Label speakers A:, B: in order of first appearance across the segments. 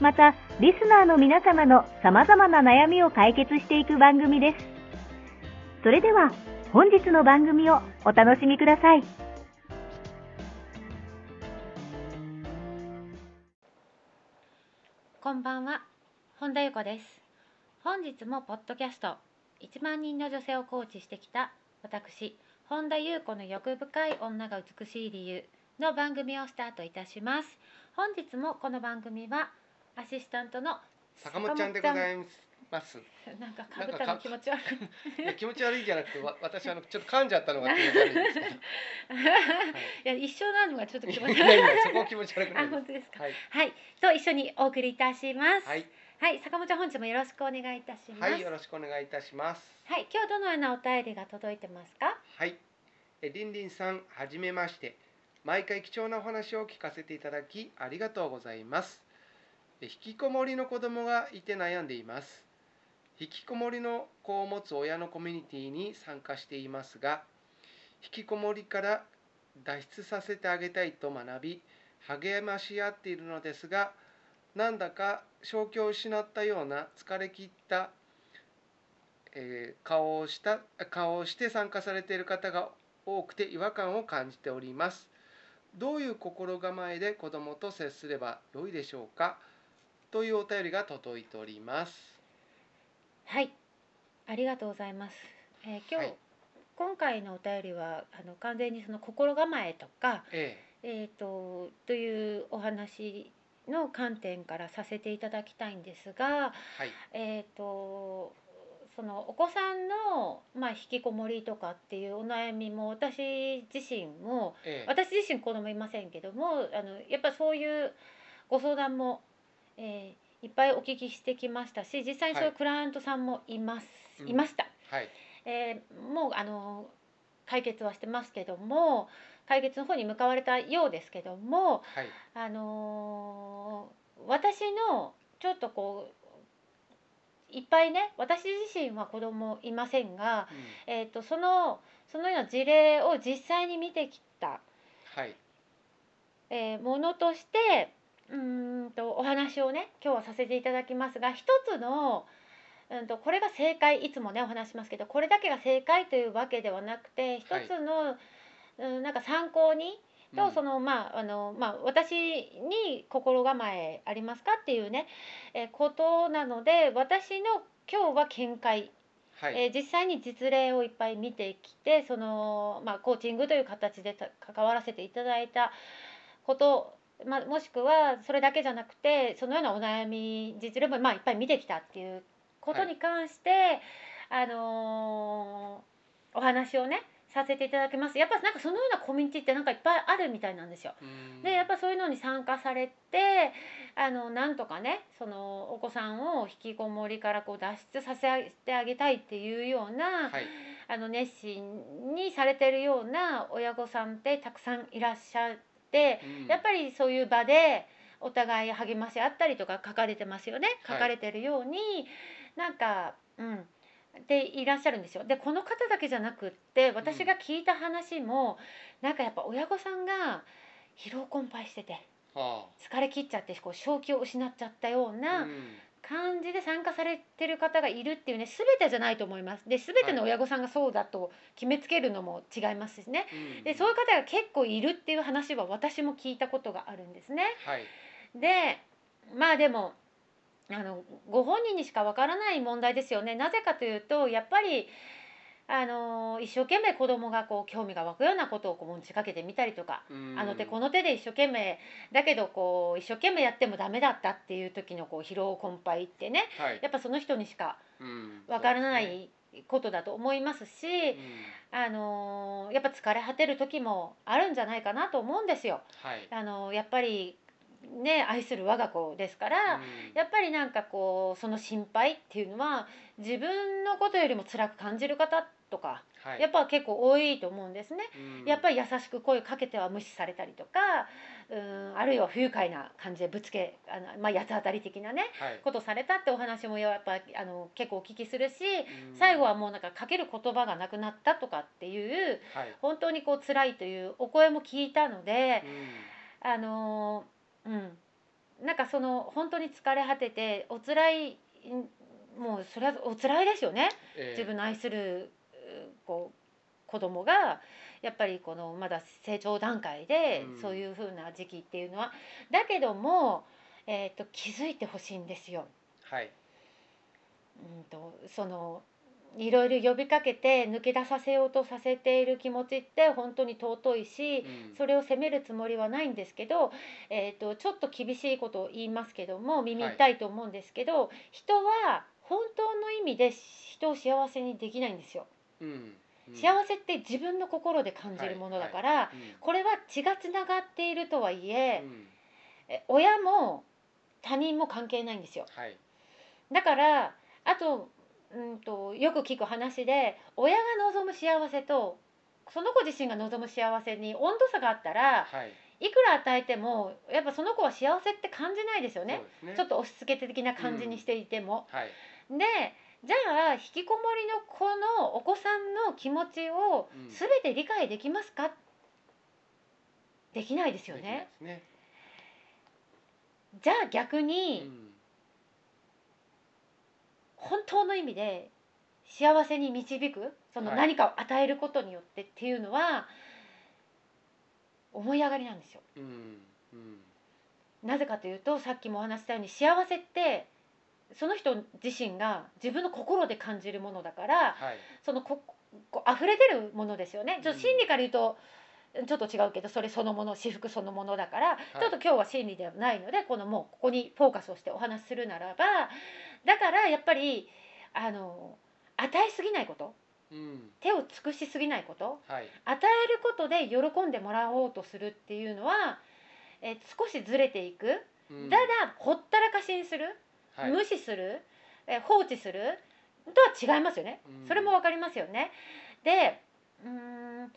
A: また、リスナーの皆様の様々な悩みを解決していく番組です。それでは、本日の番組をお楽しみください。
B: こんばんは、本田由子です。本日もポッドキャスト、1万人の女性をコーチしてきた私、本田由子の欲深い女が美しい理由の番組をスタートいたします。本日もこの番組はアシスタントの
C: 坂本ちゃんでございます。
B: なんかかぶったの気持ち悪く
C: いや気持ち悪いじゃなくて、わ私あのちょっと噛んじゃったのが気持ち悪いんです
B: いや一緒なのがちょっと気
C: け
B: 持
C: ど。
B: ち悪
C: い
B: い。
C: やいやそこ気持ち悪くな
B: あ
C: いで
B: 本当です
C: す。
B: か。
C: はい
B: はい、と一緒にお送りいたします。
C: はい
B: はい、坂本ちゃん本日もよろしくお願いいたします。
C: はいよろしくお願いいたします。
B: はい、今日どのようなお便りが届いてますか。
C: はい。えりんりんさんはじめまして。毎回貴重なお話を聞かせていただきありがとうございます。え引きこもりの子供がいて悩んでいます。引きこもりの子を持つ親のコミュニティに参加していますが、引きこもりから脱出させてあげたいと学び、励まし合っているのですが、なんだか正気を失ったような疲れ切った、えー顔をした顔をして参加されている方が多くて違和感を感じております。どういう心構えで子どもと接すれば良いでしょうかというお便りが届いております。
B: はい、ありがとうございます。えー今日、
C: はい
B: 今回のお便りはあの完全にその心構えとか、
C: え
B: えー、とというお話の観点からさせていただきたいんですが、
C: えはい
B: えー、とそのお子さんの、まあ、引きこもりとかっていうお悩みも私自身も
C: ええ
B: 私自身子供いませんけどもあのやっぱそういうご相談も、えーいっぱいお聞きしてきましたし実際にそういう
C: はい
B: クライアントさんもいます、
C: うん
B: い、ました、
C: はい
B: えーもうあの解決はしてますけども解決の方に向かわれたようですけども、
C: はい
B: あのー私のちょっとこういっぱいね私自身は子供いませんが、
C: うん
B: えー、とそのそのような事例を実際に見てきた
C: はい
B: えーものとしてうーんとお話をね今日はさせていただきますが一つの、うん、とこれが正解いつもねお話しますけどこれだけが正解というわけではなくて一つの、うん、なんか参考にと、
C: うん
B: そのまああの、まあ、私に心構えありますかっていうね、えーことなので私の今日は見解
C: はい
B: えー実際に実例をいっぱい見てきてその、まあ、コーチングという形でた関わらせていただいたこと、まあ、もしくはそれだけじゃなくてそのようなお悩み実例も、まあ、いっぱい見てきたっていうことに関して、あのーお話をねさせていただきますやっぱなんかそのようなコミュニティってなんかいっぱいあるみたいなんですよ。
C: うん
B: でやっぱそういうのに参加されてあのなんとかねそのお子さんを引きこもりからこう脱出させてあげたいっていうような、
C: はい
B: あの熱心にされてるような親御さんってたくさんいらっしゃって、
C: うん
B: やっぱりそういう場でお互い励まし合ったりとか書かれてますよね書
C: はい
B: かれてるように、なんかうんでいらっしゃるんですよ。でこの方だけじゃなくって私が聞いた話も、なんかやっぱ親御さんが疲労困憊してて
C: は
B: 疲れ切っちゃってこう正気を失っちゃったよう
C: あ
B: な。
C: うん
B: 感じで参加されてる方がいるっていうね全てじゃないと思いますで全ての親御さんがそうだと決めつけるのも違いますしね
C: うん
B: でそういう方が結構いるっていう話は私も聞いたことがあるんですね
C: はい
B: でまあでもあのご本人にしかわからない問題ですよね。なぜかというとやっぱりあの一生懸命子供がこう興味が湧くようなことをこう持ちかけてみたりとか、
C: うん
B: あの手この手で一生懸命だけどこう一生懸命やってもダメだったっていう時のこう疲労困憊ってね
C: はい
B: やっぱその人にしか
C: うん
B: わからな
C: そうで
B: いことだと思いますし
C: すねうん
B: あのやっぱ疲れ果てる時もあるんじゃないかなと思うんですよ。
C: はい
B: あのやっぱりね愛する我が子ですから、
C: うん
B: やっぱりなんかこうその心配っていうのは自分のことよりも辛く感じる方とか、
C: はい
B: やっぱ結構多いと思うんですね。
C: うん
B: やっぱり優しく声かけては無視されたりとかうんあるいは不愉快な感じでぶつけあの、まあ、八つ当たり的なね
C: はい
B: ことされたってお話もやっぱあの結構お聞きするし最後はもうなんかかける言葉がなくなったとかっていう
C: うんはい
B: 本当にこう辛いというお声も聞いたので
C: う、ん
B: あのーうんなんかその本当に疲れ果ててお辛いんもうそれはお辛いですよね、
C: ええ
B: 自分の愛するうこう子供がやっぱりこのまだ成長段階で
C: うん
B: そういう風な時期っていうのは、だけども、えー、と気づいてほしいんですよ。
C: はい
B: うんとそのいろいろ呼びかけて抜け出させようとさせている気持ちって本当に尊いし、
C: うん
B: それを責めるつもりはないんですけど、えー、とちょっと厳しいことを言いますけども耳痛いと思うんですけど、人は本当の意味で人を幸せにできないんですよ。
C: うんうん
B: 幸せって自分の心で感じるものだから、
C: うん
B: これは血がつながっているとはいえ
C: う、ん
B: え親も他人も関係ないんですよ。
C: はい
B: だからあとうんとよく聞く話で親が望む幸せとその子自身が望む幸せに温度差があったら、
C: はい
B: いくら与えてもやっぱその子は幸せって感じないですよね
C: そうですね
B: ちょっと押し付け的な感じにしていても。
C: はい
B: でじゃあ引きこもりの子のお子さんの気持ちを
C: うん
B: 全て理解できますか、できないですよ
C: できない
B: ね
C: ですね
B: じゃあ逆
C: う
B: に
C: ん
B: 本当の意味で幸せに導くその
C: はい
B: 何かを与えることによってっていうのは思い上がりなんですよ。
C: うんうん
B: なぜかというとさっきもお話ししたように幸せってその人自身が自分の心で感じるものだから
C: はい
B: そのここう溢れてるものですよね。ちょっ
C: う
B: と
C: ん
B: 心理から言うとちょっと違うけどそれそのもの私服そのものだから、ちょっと今日は心理ではないのでこのもうここにフォーカスをしてお話しするならばだからやっぱりあの与えすぎないこと
C: うん
B: 手を尽くしすぎないこと
C: はい
B: 与えることで喜んでもらおうとするっていうのは、えー少しずれていく
C: うん
B: ただほったらかしにする、
C: はい
B: 無視するえー放置するとは違いますよね、
C: うん
B: それも分かりますよねでうーん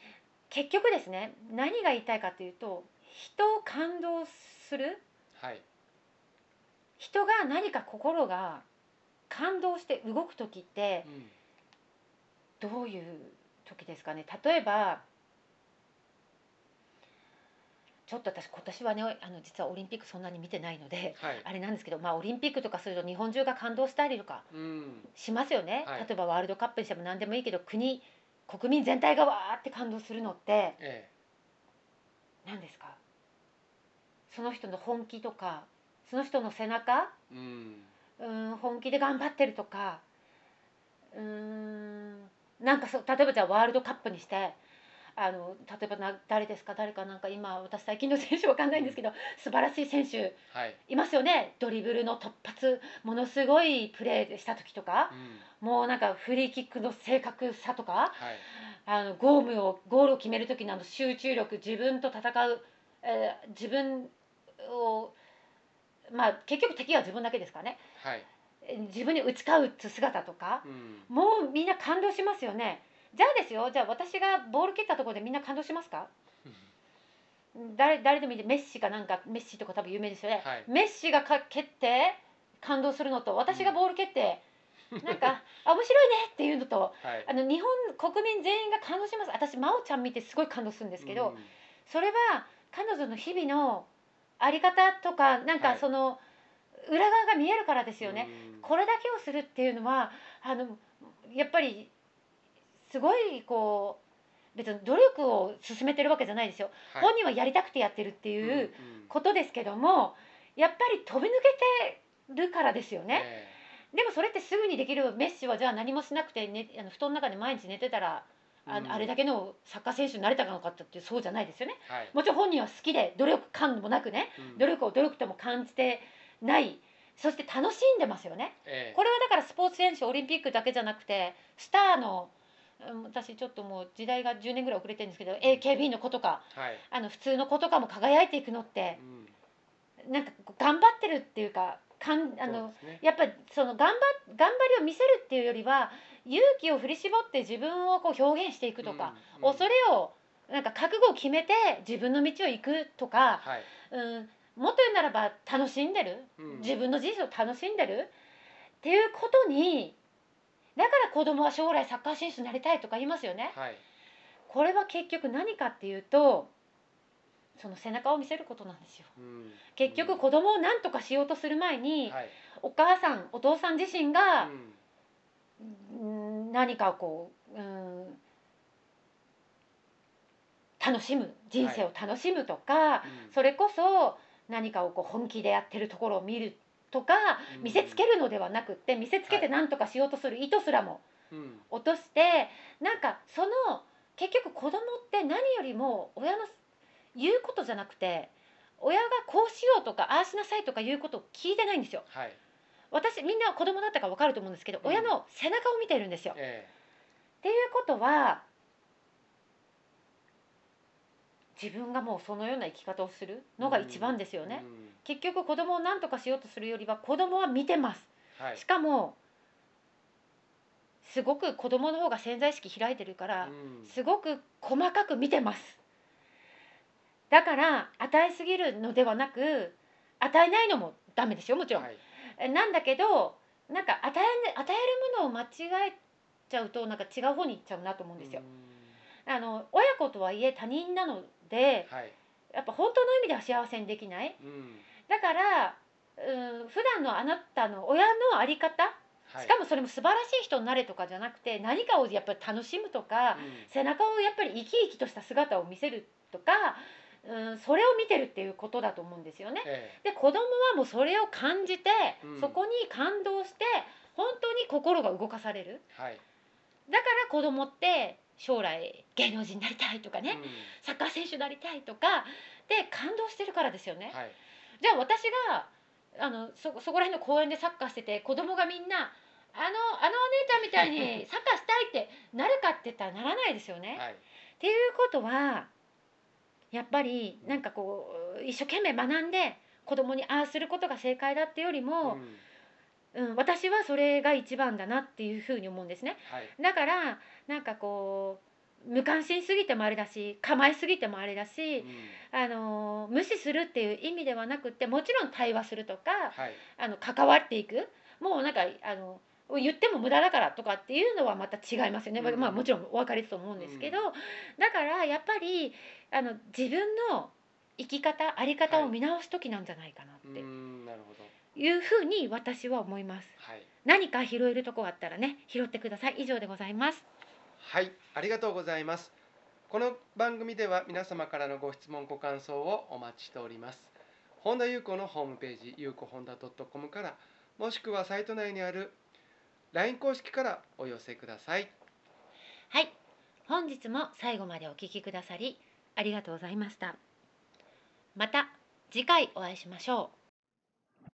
B: 結局ですね何が言いたいかというと人を感動する
C: はい
B: 人が何か心が感動して動く時って
C: うん
B: どういう時ですかね例えばちょっと私今年はねあの実はオリンピックそんなに見てないので
C: はい
B: あれなんですけど、まあ、オリンピックとかすると日本中が感動したりとか
C: うん
B: しますよね、
C: は
B: 例
C: い
B: えばワールドカップにしても何でもいいけど国国民全体がわーって感動するのって
C: え
B: 何ですかその人の本気とかその人の背中
C: えうん
B: うん本気で頑張ってるとかうんなんかそう例えばじゃあワールドカップにしてあの例えばな誰ですか誰かなんか今私最近の選手わかんないんですけど素晴らしい選手
C: はい
B: いますよねドリブルの突発ものすごいプレーした時とか
C: うん
B: もうなんかフリーキックの正確さとか
C: はい
B: あのゴームをゴールを決める時のあの集中力自分と戦う、えー自分をまあ結局敵は自分だけですからね
C: はい
B: えー自分に打ち勝つ姿とか
C: うん
B: もうみんな感動しますよねじゃあですよじゃあ私がボール蹴ったところでみんな感動しますか誰誰でもいいでメッシかなんかメッシとか多分有名ですよね、
C: はい
B: メッシがか蹴って感動するのと私がボール蹴 って、なんかあ面白いねっていうのと
C: はい
B: あの日本国民全員が感動します私真央ちゃん見てすごい感動するんですけど、
C: うん
B: それは彼女の日々のあり方とかなん
C: は
B: か
C: い
B: その裏側が見えるからですよね、
C: うん
B: これだけをするっていうのはあのやっぱりすごいこう別に努力を進めてるわけじゃないですよ、
C: はい
B: 本人はやりたくてやってるっていう
C: うんうん
B: ことですけどもやっぱり飛び抜けてるるからですよね。
C: え
B: でもそれってすぐにできるメッシはじゃあ何もしなくて、ね、あの布団の中で毎日寝てたらあ,、
C: うん
B: あれだけのサッカー選手になれたのかってそうじゃないですよね。
C: えはい
B: もちろん本人は好きで努力感もなくね
C: うん
B: 努力を努力とも感じてないそして楽しんでますよね。
C: ええ
B: これはだからスポーツ選手オリンピックだけじゃなくてスターのうん私ちょっともう時代が10年ぐらい遅れてるんですけど AKB の子とか
C: はい、
B: あの普通の子とかも輝いていくのって
C: うん、
B: なんかこう頑張ってるっていうかかんあ
C: そう
B: の
C: ですね
B: やっぱりその頑張頑張りを見せるっていうよりは勇気を振り絞って自分をこう表現していくとか、、
C: うんうん
B: 恐れをなんか覚悟を決めて自分の道を行くとか、
C: はい、
B: うん、もっと言うならば楽しんでる
C: うん
B: 自分の人生を楽しんでるっていうことにだから子供は将来サッカー選手になりたいとか言いますよね。
C: はい、
B: これは結局何かっていうとその背中を見せることなんですよ
C: うん、
B: 結局子供を何とかしようとする前に、
C: はい、
B: お母さんお父さん自身
C: う
B: が、
C: ん、
B: うん何かこう、うん、楽しむ人生を楽しむとか、
C: うん
B: それこそ何かをこう本気でやってるところを見るとか、
C: うん
B: 見せつけるのではなくって見せつけて何とかしようとする意図すらも
C: うん、
B: 落としてなんかその結局子供って何よりも親の言うことじゃなくて親がこうしようとかああしなさいとか言うことを聞いてないんですよ。
C: はい、
B: 私みんな子供だったから分かると思うんですけど、
C: うん
B: 親の背中を見てるんですよ。
C: え
B: っていうことは自分がもうそのような生き方をする
C: え
B: のが一番ですよね。
C: うん
B: 結局子供を何とかしようとするよりは子供は見てます
C: はい、
B: しかもすごく子供の方が潜在意識開いてるから
C: うん
B: すごく細かく見てますだから与えすぎるのではなく与えないのもダメですよもちろん、
C: はい
B: えなんだけどなんか与えね与えるものを間違えちゃうとなんか違う方に行っちゃうなと思うんですよ、
C: うん
B: あの親子とはいえ他人なので
C: はい、
B: やっぱ本当の意味では幸せにできない
C: うん、
B: だから、うん、普段のあなたの親のあり方、
C: はい、
B: しかもそれも素晴らしい人になれとかじゃなくて何かをやっぱり楽しむとか、
C: うん
B: 背中をやっぱり生き生きとした姿を見せるとか、うん、それを見てるっていうことだと思うんですよね。
C: え
B: で子供はもうそれを感じて、
C: うん
B: そこに感動して本当に心が動かされる
C: えはい、
B: だから子供って将来芸能人になりたいとかね、
C: うん
B: サッカー選手になりたいとかで感動してるからですよね。
C: はい、
B: じゃあ私があのそそこら辺の公園でサッカーしてて子供がみんなあのあのお姉ちゃんみたいにサッカーしたいってなるかって言ったらならないですよね。
C: はい、
B: っていうことはやっぱりなんかこう一生懸命学んで子供にああすることが正解だってより
C: う
B: も、
C: ん
B: うん、私はそれが一番だなっていうふうに思うんですね。
C: はい、
B: だからなんかこう無関心すぎてもあれだし構えすぎてもあれだし、
C: うん
B: あの無視するっていう意味ではなくってもちろん対話するとか、
C: はい、
B: あの関わっていくもうなんかあの言っても無駄だからとかっていうのはまた違いますよね、まあ
C: うん
B: まあもちろんお分かりだと思うんですけど、
C: うん
B: だからやっぱりあの自分の生き方在り方を見直す時なんじゃないかな
C: う
B: って
C: ん、なるほど、
B: いうふうに私は思います。
C: はい、
B: 何か拾えるとこがあったらね拾ってください以上でございます。
C: はい、ありがとうございます。この番組では皆様からのご質問ご感想をお待ちしております。本田裕子のホームページ、ゆうこ本田 .com から、もしくはサイト内にある LINE 公式からお寄せください。
B: はい、本日も最後までお聞きくださりありがとうございました。また次回お会いしましょう。